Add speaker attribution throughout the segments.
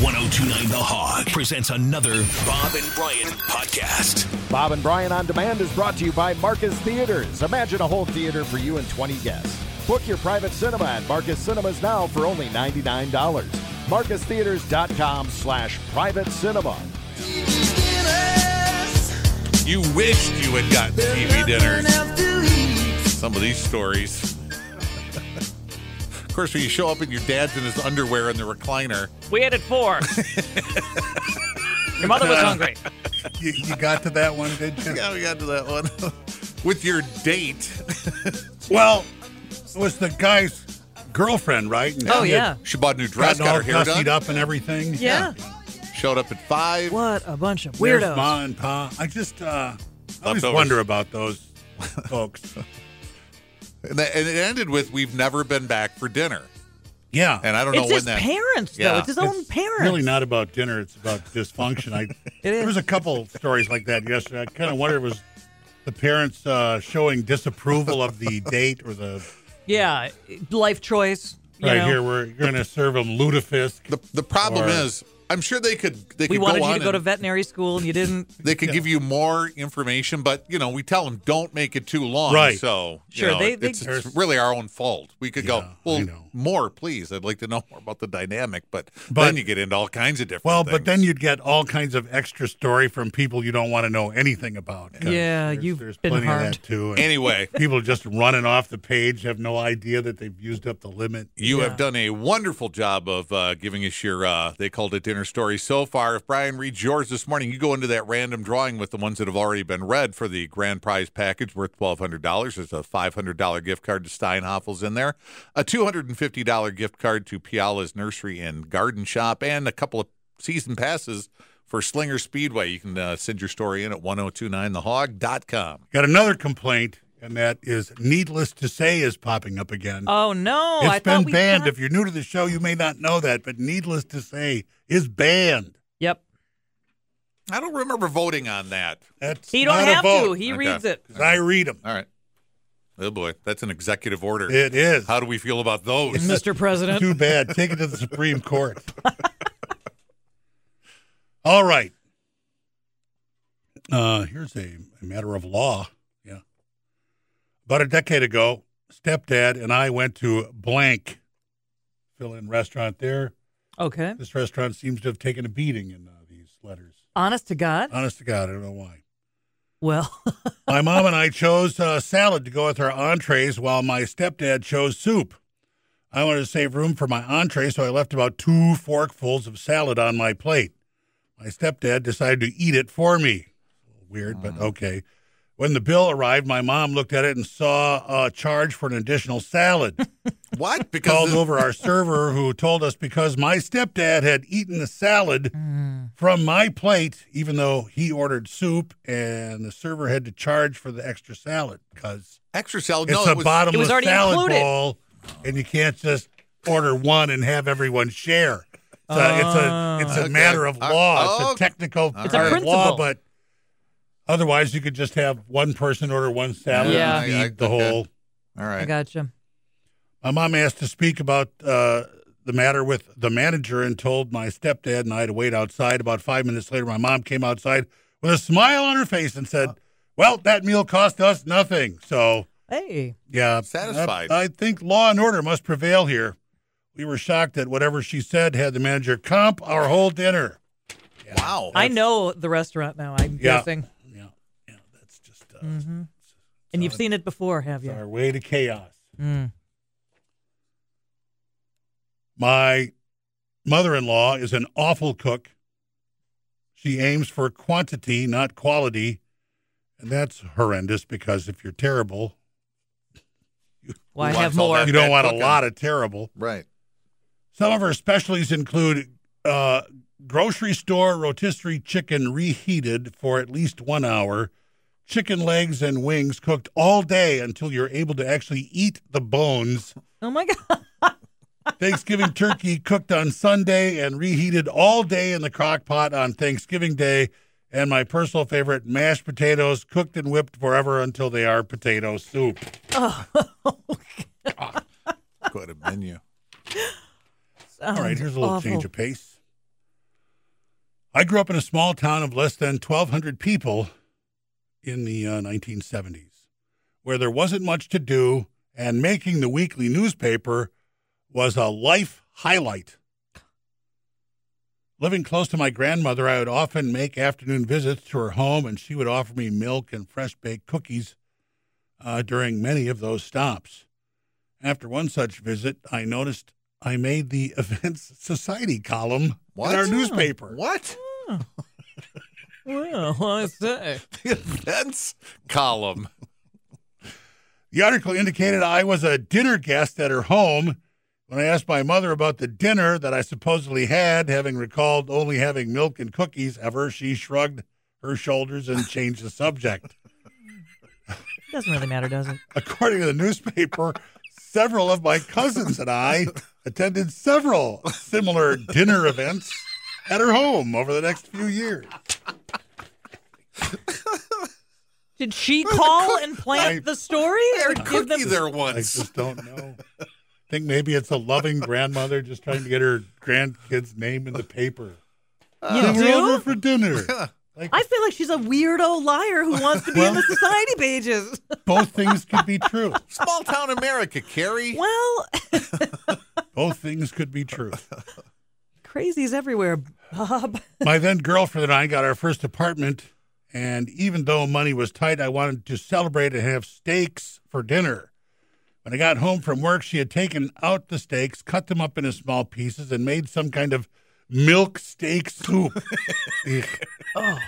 Speaker 1: 1029 The Hog presents another Bob and Brian podcast.
Speaker 2: Bob and Brian on Demand is brought to you by Marcus Theaters. Imagine a whole theater for you and 20 guests. Book your private cinema at Marcus Cinemas now for only $99. MarcusTheaters.com slash private cinema.
Speaker 3: You wished you had gotten TV dinners. Some of these stories. of course, when you show up and your dad's in his underwear in the recliner,
Speaker 4: We had it four. Your mother was hungry.
Speaker 5: You, you got to that one, did you?
Speaker 3: yeah, we got to that one. With your date,
Speaker 5: Well, it was the guy's girlfriend, right? And
Speaker 4: Oh,
Speaker 5: she
Speaker 4: yeah.
Speaker 5: had
Speaker 3: she bought a new dress,
Speaker 5: Gotten
Speaker 3: got her
Speaker 5: all
Speaker 3: hair
Speaker 5: gussied
Speaker 3: done,
Speaker 5: up and everything.
Speaker 3: showed up at five.
Speaker 4: What a bunch of
Speaker 5: There's
Speaker 4: weirdos.
Speaker 5: Ma and Pa. I just uh, I always
Speaker 3: Leftovers.
Speaker 5: wonder about those folks.
Speaker 3: And, that- and it ended with, We've never been back for dinner.
Speaker 5: Yeah.
Speaker 3: And I don't
Speaker 4: It's
Speaker 3: know
Speaker 4: his
Speaker 3: when that.
Speaker 4: parents,
Speaker 3: Yeah.
Speaker 4: though. It's his own parents.
Speaker 5: Really not about dinner. It's about dysfunction. I
Speaker 4: is.
Speaker 5: there was a couple stories like that yesterday. I kind of wonder if it was the parents uh, showing disapproval of the date or the
Speaker 4: Yeah, life choice. You
Speaker 5: right
Speaker 4: know.
Speaker 5: here we're you're going to serve them lutefisk.
Speaker 3: the, the problem
Speaker 5: Or-
Speaker 3: is, I'm sure they could. They
Speaker 4: We
Speaker 3: could
Speaker 4: wanted
Speaker 3: go
Speaker 4: you
Speaker 3: on
Speaker 4: to go to
Speaker 3: and-
Speaker 4: veterinary school and you didn't.
Speaker 3: They could give you more information, but you know, we tell them don't make it too long.
Speaker 5: Right.
Speaker 3: So you
Speaker 4: Sure,
Speaker 3: know,
Speaker 4: they-
Speaker 3: it's,
Speaker 4: they-
Speaker 3: it's really our own fault. We could
Speaker 5: Yeah,
Speaker 3: go
Speaker 5: I
Speaker 3: well
Speaker 5: know.
Speaker 3: more, please. I'd like to know more about the dynamic, but,
Speaker 5: But-
Speaker 3: then you get into all kinds of different.
Speaker 5: Well, but
Speaker 3: things.
Speaker 5: then you'd get all kinds of extra story from people you don't want to know anything about.
Speaker 4: Yeah, you've
Speaker 5: there's
Speaker 4: been
Speaker 5: plenty
Speaker 4: harmed.
Speaker 5: of that too. and
Speaker 3: anyway,
Speaker 5: people just running off the page have no idea that they've used up the limit.
Speaker 3: you have done a wonderful job of uh, giving us your. Uh, they called it dinner story so far. If Brian reads yours this morning, you go into that random drawing with the ones that have already been read for the grand prize package worth twelve hundred dollars. There's a five hundred dollar gift card to Steinhoffel's in there, a two hundred and fifty dollar gift card to Piala's Nursery and Garden Shop, and a couple of season passes for Slinger Speedway. You can uh, send your story in at 1029thehog.com.
Speaker 5: Got another complaint, and that is needless to say is popping up again.
Speaker 4: Oh no!
Speaker 5: It's
Speaker 4: I thought
Speaker 5: been
Speaker 4: we
Speaker 5: banned.
Speaker 4: got-
Speaker 5: If you're new to the show, you may not know that, but needless to say is banned.
Speaker 4: Yep.
Speaker 3: I don't remember voting on that.
Speaker 5: That's
Speaker 4: He don't
Speaker 5: not a
Speaker 4: have
Speaker 5: vote,
Speaker 4: to. He
Speaker 3: Okay.
Speaker 4: reads it.
Speaker 5: 'cause I read them.
Speaker 3: All right. Oh boy, that's an executive order.
Speaker 5: It is
Speaker 3: How do we feel about those?
Speaker 4: Mr. President.
Speaker 5: too bad. Take it to the Supreme Court. All right. Uh, here's a, a matter of law. Yeah. About a decade ago, stepdad and I went to blank fill in restaurant there.
Speaker 4: Okay.
Speaker 5: This restaurant seems to have taken a beating in uh, these letters.
Speaker 4: Honest to God.
Speaker 5: Honest to God, I don't know why.
Speaker 4: Well,
Speaker 5: My mom and I chose uh, salad to go with our entrees, while my stepdad chose soup. I wanted to save room for my entree, so I left about two forkfuls of salad on my plate. My stepdad decided to eat it for me. Weird, but okay. When the bill arrived, my mom looked at it and saw a charge for an additional salad.
Speaker 3: What? Because
Speaker 5: Called
Speaker 3: the-
Speaker 5: over our server, who told us because my stepdad had eaten the salad from my plate, even though he ordered soup, and the server had to charge for the extra salad because
Speaker 3: extra salad.
Speaker 5: it's
Speaker 3: no,
Speaker 5: a
Speaker 3: it was,
Speaker 5: bottomless
Speaker 4: It was already
Speaker 5: salad
Speaker 4: included.
Speaker 5: bowl, and you can't just order one and have everyone share. It's a, it's a, it's a
Speaker 3: Okay.
Speaker 5: matter of
Speaker 3: Uh,
Speaker 5: law.
Speaker 3: oh.
Speaker 5: it's a technical
Speaker 3: It's
Speaker 4: a
Speaker 5: part of law,
Speaker 4: principle.
Speaker 5: but otherwise you could just have one person order one salad
Speaker 4: Yeah.
Speaker 5: and
Speaker 3: I- I-
Speaker 5: eat the
Speaker 3: okay.
Speaker 5: whole.
Speaker 3: All
Speaker 4: I
Speaker 3: right.
Speaker 4: gotcha.
Speaker 5: My mom asked to speak about uh, the matter with the manager and told my stepdad and I to wait outside. About five minutes later, my mom came outside with a smile on her face and said, Well, that meal cost us nothing. So,
Speaker 4: Hey.
Speaker 5: yeah.
Speaker 3: Satisfied.
Speaker 5: I, I think law and order must prevail here. We were shocked that whatever she said had the manager comp our whole dinner.
Speaker 3: Wow.
Speaker 4: I know the restaurant now. I'm
Speaker 5: Yeah.
Speaker 4: guessing.
Speaker 5: Yeah. Yeah. That's just uh,
Speaker 4: And you've seen it before, have you?
Speaker 5: It's our way to chaos.
Speaker 4: Mm.
Speaker 5: My mother in law is an awful cook. She aims for quantity, not quality. And that's horrendous because if you're terrible,
Speaker 4: Well, I
Speaker 3: Who
Speaker 4: have
Speaker 3: wants all
Speaker 4: more.
Speaker 3: that?
Speaker 5: you don't
Speaker 3: bad
Speaker 5: want a
Speaker 3: cooking.
Speaker 5: lot of terrible.
Speaker 3: Right.
Speaker 5: Some of her specialties include uh, grocery store rotisserie chicken reheated for at least one hour, chicken legs and wings cooked all day until you're able to actually eat the bones.
Speaker 4: Oh my God.
Speaker 5: Thanksgiving turkey cooked on Sunday and reheated all day in the crock pot on Thanksgiving Day. And my personal favorite, mashed potatoes cooked and whipped forever until they are potato soup.
Speaker 3: Go to menu.
Speaker 5: All right,
Speaker 4: Sounds
Speaker 5: here's a little
Speaker 4: awful.
Speaker 5: change of pace. I grew up in a small town of less than 1,200 people in the uh, 1970s, where there wasn't much to do, and making the weekly newspaper was a life highlight. Living close to my grandmother, I would often make afternoon visits to her home, and she would offer me milk and fresh baked cookies uh, during many of those stops. After one such visit, I noticed I made the Events Society column in our newspaper.
Speaker 3: What?
Speaker 4: Well, I say.
Speaker 3: The events column.
Speaker 5: The article indicated I was a dinner guest at her home. When I asked my mother about the dinner that I supposedly had, having recalled only having milk and cookies ever, she shrugged her shoulders and changed the subject.
Speaker 4: Doesn't really matter, does it?
Speaker 5: According to the newspaper, several of my cousins and I attended several similar dinner events at her home over the next few years.
Speaker 4: Did she call and plant
Speaker 5: I-
Speaker 4: the story? Or give them-
Speaker 3: Cookie there
Speaker 5: I
Speaker 3: once.
Speaker 5: just don't know. I think maybe it's a loving grandmother just trying to get her grandkid's name in the paper.
Speaker 4: You
Speaker 5: They were over
Speaker 4: do?
Speaker 5: for dinner.
Speaker 4: I feel like she's a weirdo liar who wants to be in the society pages.
Speaker 5: Both things could be true.
Speaker 3: Small town America, Carrie.
Speaker 4: Well,
Speaker 5: Both things could be true.
Speaker 4: crazies everywhere, Bob.
Speaker 5: My then girlfriend and I got our first apartment, and even though money was tight, I wanted to celebrate and have steaks for dinner. When I got home from work, she had taken out the steaks, cut them up into small pieces, and made some kind of milk steak soup. Ugh.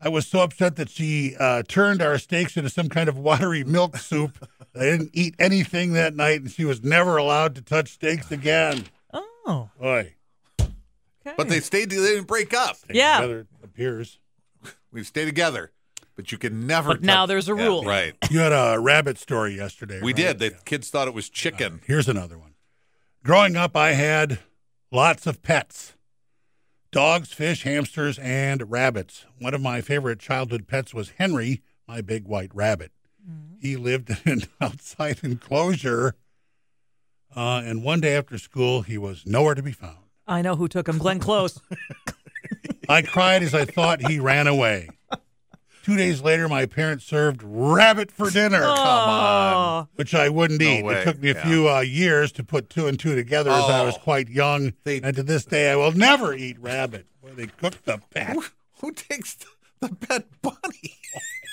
Speaker 5: I was so upset that she uh, turned our steaks into some kind of watery milk soup. I didn't eat anything that night, and she was never allowed to touch steaks again.
Speaker 4: Oh,
Speaker 5: Boy,
Speaker 4: okay.
Speaker 3: But they stayed. They didn't break up.
Speaker 4: Yeah.
Speaker 5: together it appears.
Speaker 3: We stay together. But you can never.
Speaker 4: But now
Speaker 3: touch-
Speaker 4: there's a
Speaker 3: Yeah,
Speaker 4: rule.
Speaker 3: right?
Speaker 5: You had a rabbit story yesterday.
Speaker 3: We
Speaker 5: right?
Speaker 3: did. The kids thought it was chicken.
Speaker 5: Here's another one. Growing up, I had lots of pets dogs, fish, hamsters, and rabbits. One of my favorite childhood pets was Henry, my big white rabbit. He lived in an outside enclosure. Uh, and one day after school, he was nowhere to be found.
Speaker 4: I know who took them. Glenn Close.
Speaker 5: I cried as I thought he ran away. Two days later, my parents served rabbit for dinner.
Speaker 3: Come on.
Speaker 4: Oh,
Speaker 5: which I wouldn't eat.
Speaker 3: way.
Speaker 5: It took me a
Speaker 3: Yeah.
Speaker 5: few uh, years to put two and two together as I was
Speaker 3: Oh.
Speaker 5: quite young,
Speaker 3: They-
Speaker 5: and to this day I will never eat rabbit. Boy, they cook the pet.
Speaker 3: Who, who takes the, the pet bunny?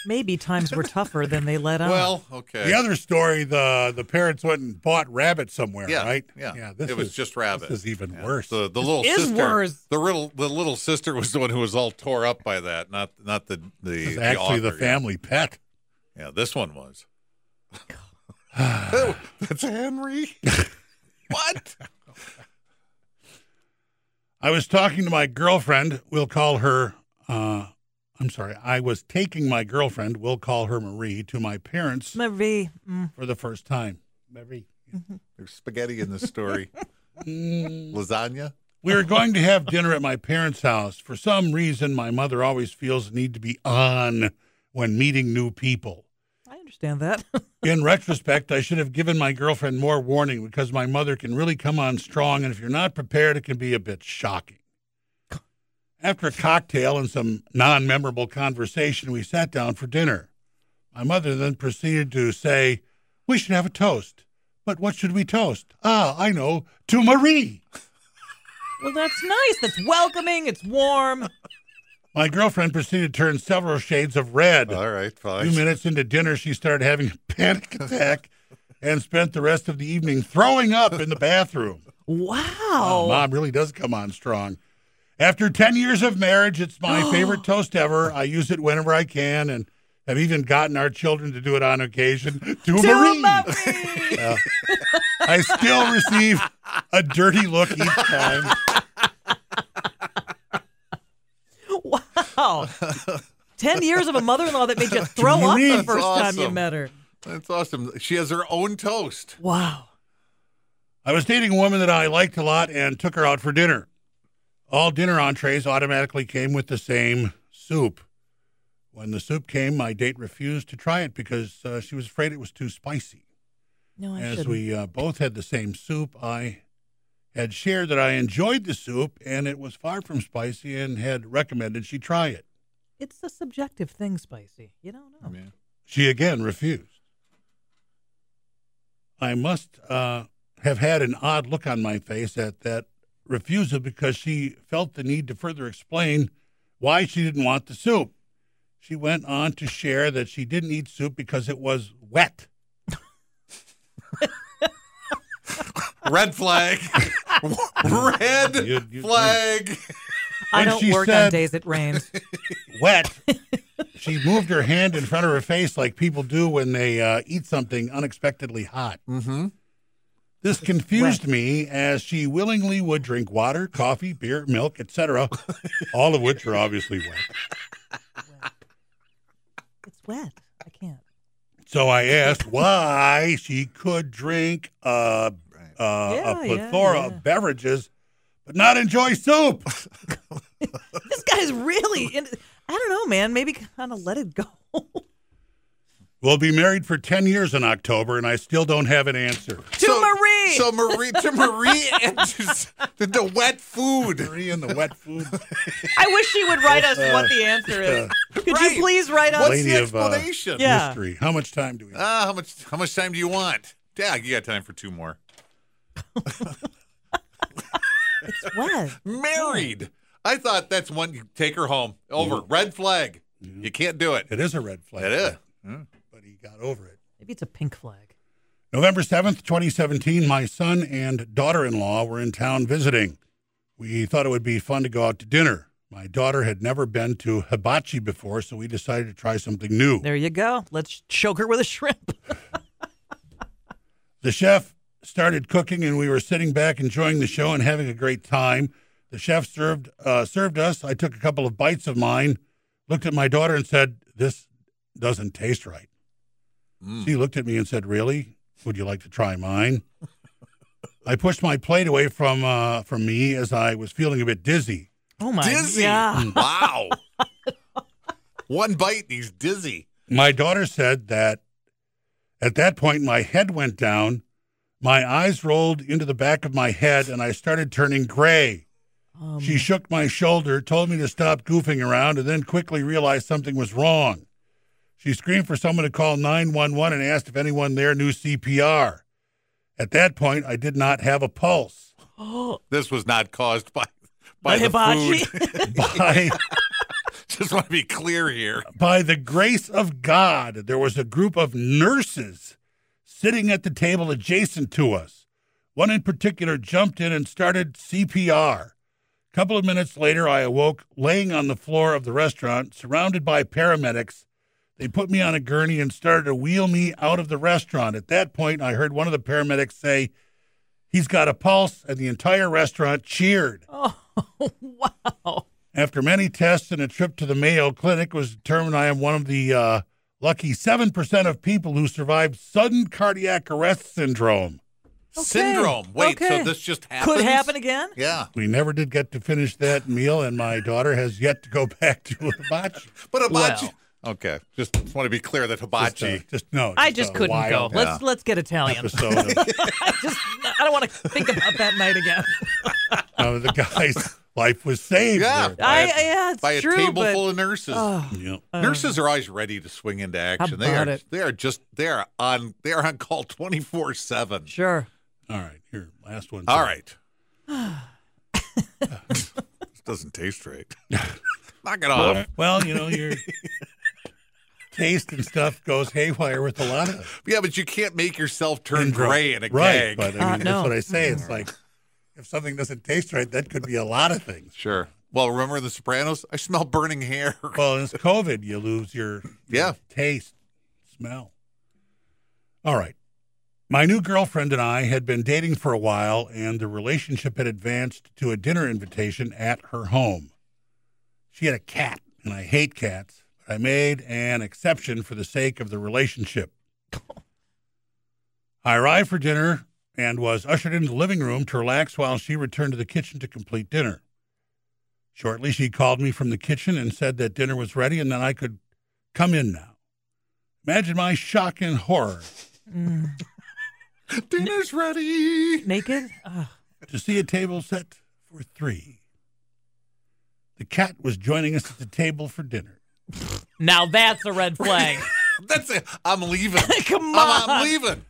Speaker 4: maybe times were tougher than they let on.
Speaker 3: Well, okay.
Speaker 5: The other story, the the parents went and bought rabbit somewhere,
Speaker 3: yeah,
Speaker 5: right?
Speaker 3: Yeah,
Speaker 5: yeah. This
Speaker 3: it was
Speaker 5: is-
Speaker 3: just rabbit.
Speaker 5: This is even worse.
Speaker 3: The the little
Speaker 4: is
Speaker 3: sister,
Speaker 4: worse.
Speaker 3: the little the little sister was the one who was all tore up by that. Not not the the
Speaker 5: It's actually the
Speaker 3: author, yeah.
Speaker 5: family pet.
Speaker 3: Yeah, this one was. Oh, That's Henry. what?
Speaker 5: I was talking to my girlfriend. We'll call her. Uh, I'm sorry. I was taking my girlfriend. We'll call her Marie to my parents
Speaker 4: Marie. Mm.
Speaker 5: for the first time. Marie.
Speaker 3: There's spaghetti in the story. Lasagna.
Speaker 5: We were going to have dinner at my parents' house. For some reason, my mother always feels the need to be on when meeting new people.
Speaker 4: I understand that.
Speaker 5: In retrospect, I should have given my girlfriend more warning because my mother can really come on strong, and if you're not prepared, it can be a bit shocking. After a cocktail and some non memorable conversation, we sat down for dinner. My mother then proceeded to say, We should have a toast. But what should we toast? Ah, I know, to Marie.
Speaker 4: well, that's nice. That's welcoming. It's warm.
Speaker 5: My girlfriend proceeded to turn several shades of red.
Speaker 3: All right,
Speaker 5: A
Speaker 3: fine.
Speaker 5: few minutes into dinner, she started having a panic attack and spent the rest of the evening throwing up in the bathroom.
Speaker 4: Wow. Oh.
Speaker 5: Wow, Mom really does come on strong. After 10 years of marriage, it's my favorite toast ever. I use it whenever I can and have even gotten our children to do it on occasion. To,
Speaker 4: To
Speaker 5: Marie!
Speaker 4: Marie.
Speaker 5: I still receive a dirty look each time.
Speaker 4: Wow. 10 years of a mother in law that made you throw up the
Speaker 5: That's
Speaker 4: first time you
Speaker 3: awesome.
Speaker 4: met her.
Speaker 3: That's awesome. She has her own toast.
Speaker 4: Wow.
Speaker 5: I was dating a woman that I liked a lot and took her out for dinner. All dinner entrees automatically came with the same soup. When the soup came, my date refused to try it because uh, she was afraid it was too spicy.
Speaker 4: No, I
Speaker 5: As
Speaker 4: shouldn't.
Speaker 5: we uh, both had the same soup, I had shared that I enjoyed the soup and it was far from spicy and had recommended she try it.
Speaker 4: It's a subjective thing, spicy. You don't know.
Speaker 3: Yeah.
Speaker 5: She again refused. I must uh, have had an odd look on my face at that refusal because she felt the need to further explain why she didn't want the soup. She went on to share that she didn't eat soup because it was wet.
Speaker 3: Red flag. Red
Speaker 5: You- you-
Speaker 3: flag.
Speaker 4: I
Speaker 5: And
Speaker 4: don't
Speaker 5: she
Speaker 4: work
Speaker 5: said-
Speaker 4: on days it rains.
Speaker 5: Wet. she moved her hand in front of her face like people do when they uh, eat something unexpectedly hot.
Speaker 3: Mm-hmm.
Speaker 5: This confused me as she willingly would drink water, coffee, beer, milk, etc., all of which are obviously wet.
Speaker 4: it's wet. I can't.
Speaker 5: So I asked why she could drink uh, uh,
Speaker 4: Yeah,
Speaker 5: a
Speaker 4: yeah,
Speaker 5: plethora
Speaker 4: yeah.
Speaker 5: of beverages, but not enjoy soup.
Speaker 4: This guy's really. In, I don't know, man. Maybe kind of let it go.
Speaker 5: We'll be married for 10 years in October, and I still don't have an answer.
Speaker 4: To Marie.
Speaker 3: So Marie to Marie and just the, the wet food.
Speaker 5: Three in the wet food.
Speaker 4: I wish she would write us what the answer is. Could
Speaker 3: Right.
Speaker 4: you please write us?
Speaker 3: What's
Speaker 5: Lady
Speaker 3: the
Speaker 5: of, uh,
Speaker 3: explanation?
Speaker 4: Yeah.
Speaker 5: Mystery. How much time do we have?
Speaker 3: Ah, how much how much time do you want? Yeah, you got time for two more.
Speaker 4: It's wet.
Speaker 3: Married. I thought that's one you take her home. Over.
Speaker 4: Mm-hmm.
Speaker 3: Red flag. You can't do it.
Speaker 5: It is a red flag.
Speaker 3: It is.
Speaker 5: But he got over it.
Speaker 4: Maybe it's a pink flag.
Speaker 5: November 7th, 2017, my son and daughter in law were in town visiting. We thought it would be fun to go out to dinner. My daughter had never been to hibachi before, so we decided to try something new.
Speaker 4: There you go. Let's choke her with a shrimp.
Speaker 5: The chef started cooking, and we were sitting back enjoying the show and having a great time. The chef served uh, served us. I took a couple of bites of mine, looked at my daughter, and said, "This doesn't taste right." She looked at me and said, "Really? Would you like to try mine?" I pushed my plate away from uh, from me as I was feeling a bit dizzy.
Speaker 4: Oh my.
Speaker 3: Dizzy.
Speaker 4: Yeah.
Speaker 3: Wow. one bite and he's dizzy.
Speaker 5: My daughter said that at that point my head went down, my eyes rolled into the back of my head, and I started turning gray.
Speaker 4: Um,
Speaker 5: She shook my shoulder, told me to stop goofing around, and then quickly realized something was wrong. She screamed for someone to call 911 and asked if anyone there knew CPR. At that point, I did not have a pulse.
Speaker 3: This was not caused by by
Speaker 4: but
Speaker 3: the
Speaker 4: hibachi.
Speaker 3: food.
Speaker 5: By,
Speaker 3: Just want to be clear here.
Speaker 5: by the grace of God, there was a group of nurses sitting at the table adjacent to us. One in particular jumped in and started CPR. A couple of minutes later, I awoke laying on the floor of the restaurant, surrounded by paramedics. They put me on a gurney and started to wheel me out of the restaurant. At that point, I heard one of the paramedics say, He's got a pulse, and the entire restaurant cheered.
Speaker 4: oh wow.
Speaker 5: After many tests and a trip to the Mayo Clinic, it was determined I am one of the uh, lucky 7% of people who survived sudden cardiac arrest syndrome.
Speaker 3: Syndrome. Wait, so
Speaker 4: Okay.
Speaker 3: this just happened?
Speaker 4: Could happen again.
Speaker 3: Yeah.
Speaker 5: We never did get to finish that meal, and my daughter has yet to go back to hibachi.
Speaker 3: But hibachi.
Speaker 4: Well.
Speaker 3: Okay. Just want to be clear that
Speaker 5: Just, uh,
Speaker 3: hibachi.
Speaker 5: just no.
Speaker 4: I just
Speaker 5: a
Speaker 4: couldn't go.
Speaker 5: wild
Speaker 4: Let's let's get Italian.
Speaker 5: Episode of,
Speaker 4: I just I don't want to think about that night again.
Speaker 5: of the guy's life was saved.
Speaker 3: yeah.
Speaker 5: there.
Speaker 4: I,
Speaker 3: by a-
Speaker 4: yeah, it's
Speaker 3: by a
Speaker 4: true,
Speaker 3: table
Speaker 4: but
Speaker 3: full of nurses.
Speaker 5: Yep.
Speaker 3: Nurses are always ready to swing into action. They
Speaker 4: about
Speaker 3: are.
Speaker 4: it?
Speaker 3: They are just. They are on. They are on call twenty four seven.
Speaker 4: sure.
Speaker 5: All right. Here, last one.
Speaker 3: All right. this doesn't taste right. Knock it off.
Speaker 5: Well, you know, your taste and stuff goes haywire with a lot of it.
Speaker 3: Yeah, but you can't make yourself turn
Speaker 5: syndrome.
Speaker 3: gray in a gag.
Speaker 5: right, But I mean,
Speaker 4: Uh, no.
Speaker 5: that's what I say. It's like if something doesn't taste right, that could be a lot of things.
Speaker 3: sure. Well, remember the Sopranos? I smell burning hair.
Speaker 5: Well, it's COVID. You lose your
Speaker 3: Yeah.
Speaker 5: taste, smell. All right. My new girlfriend and I had been dating for a while, and the relationship had advanced to a dinner invitation at her home. She had a cat, and I hate cats, but I made an exception for the sake of the relationship. I arrived for dinner and was ushered into the living room to relax while she returned to the kitchen to complete dinner. Shortly, she called me from the kitchen and said that dinner was ready and that I could come in now. Imagine my shock and horror.
Speaker 3: Dinner's ready.
Speaker 4: Naked. Ugh.
Speaker 5: to see a table set for three. The cat was joining us at the table for dinner.
Speaker 6: Now that's a red flag.
Speaker 3: That's it. I'm leaving.
Speaker 6: Come
Speaker 3: I'm, I'm
Speaker 6: on.
Speaker 3: leaving.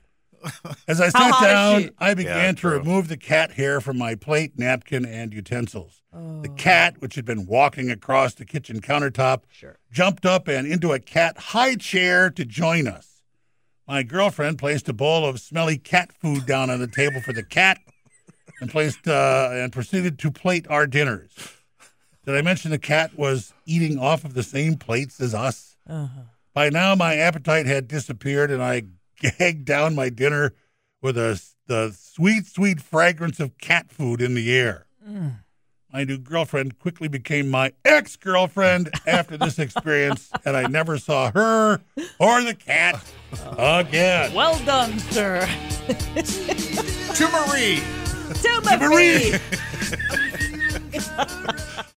Speaker 5: As I
Speaker 6: How
Speaker 5: sat
Speaker 6: hot is
Speaker 5: down,
Speaker 6: she?
Speaker 5: I began to
Speaker 3: true.
Speaker 5: remove the cat hair from my plate, napkin, and utensils. The
Speaker 6: Oh.
Speaker 5: cat, which had been walking across the kitchen countertop,
Speaker 6: Sure.
Speaker 5: jumped up and into a cat high chair to join us. My girlfriend placed a bowl of smelly cat food down on the table for the cat, and placed uh, and proceeded to plate our dinners. Did I mention the cat was eating off of the same plates as us? By now, my appetite had disappeared, and I gagged down my dinner with a, the sweet, sweet fragrance of cat food in the air. My new girlfriend quickly became my ex girlfriend after this experience, and I never saw her or the cat again.
Speaker 6: Well done, sir.
Speaker 3: To Marie.
Speaker 4: Timothy!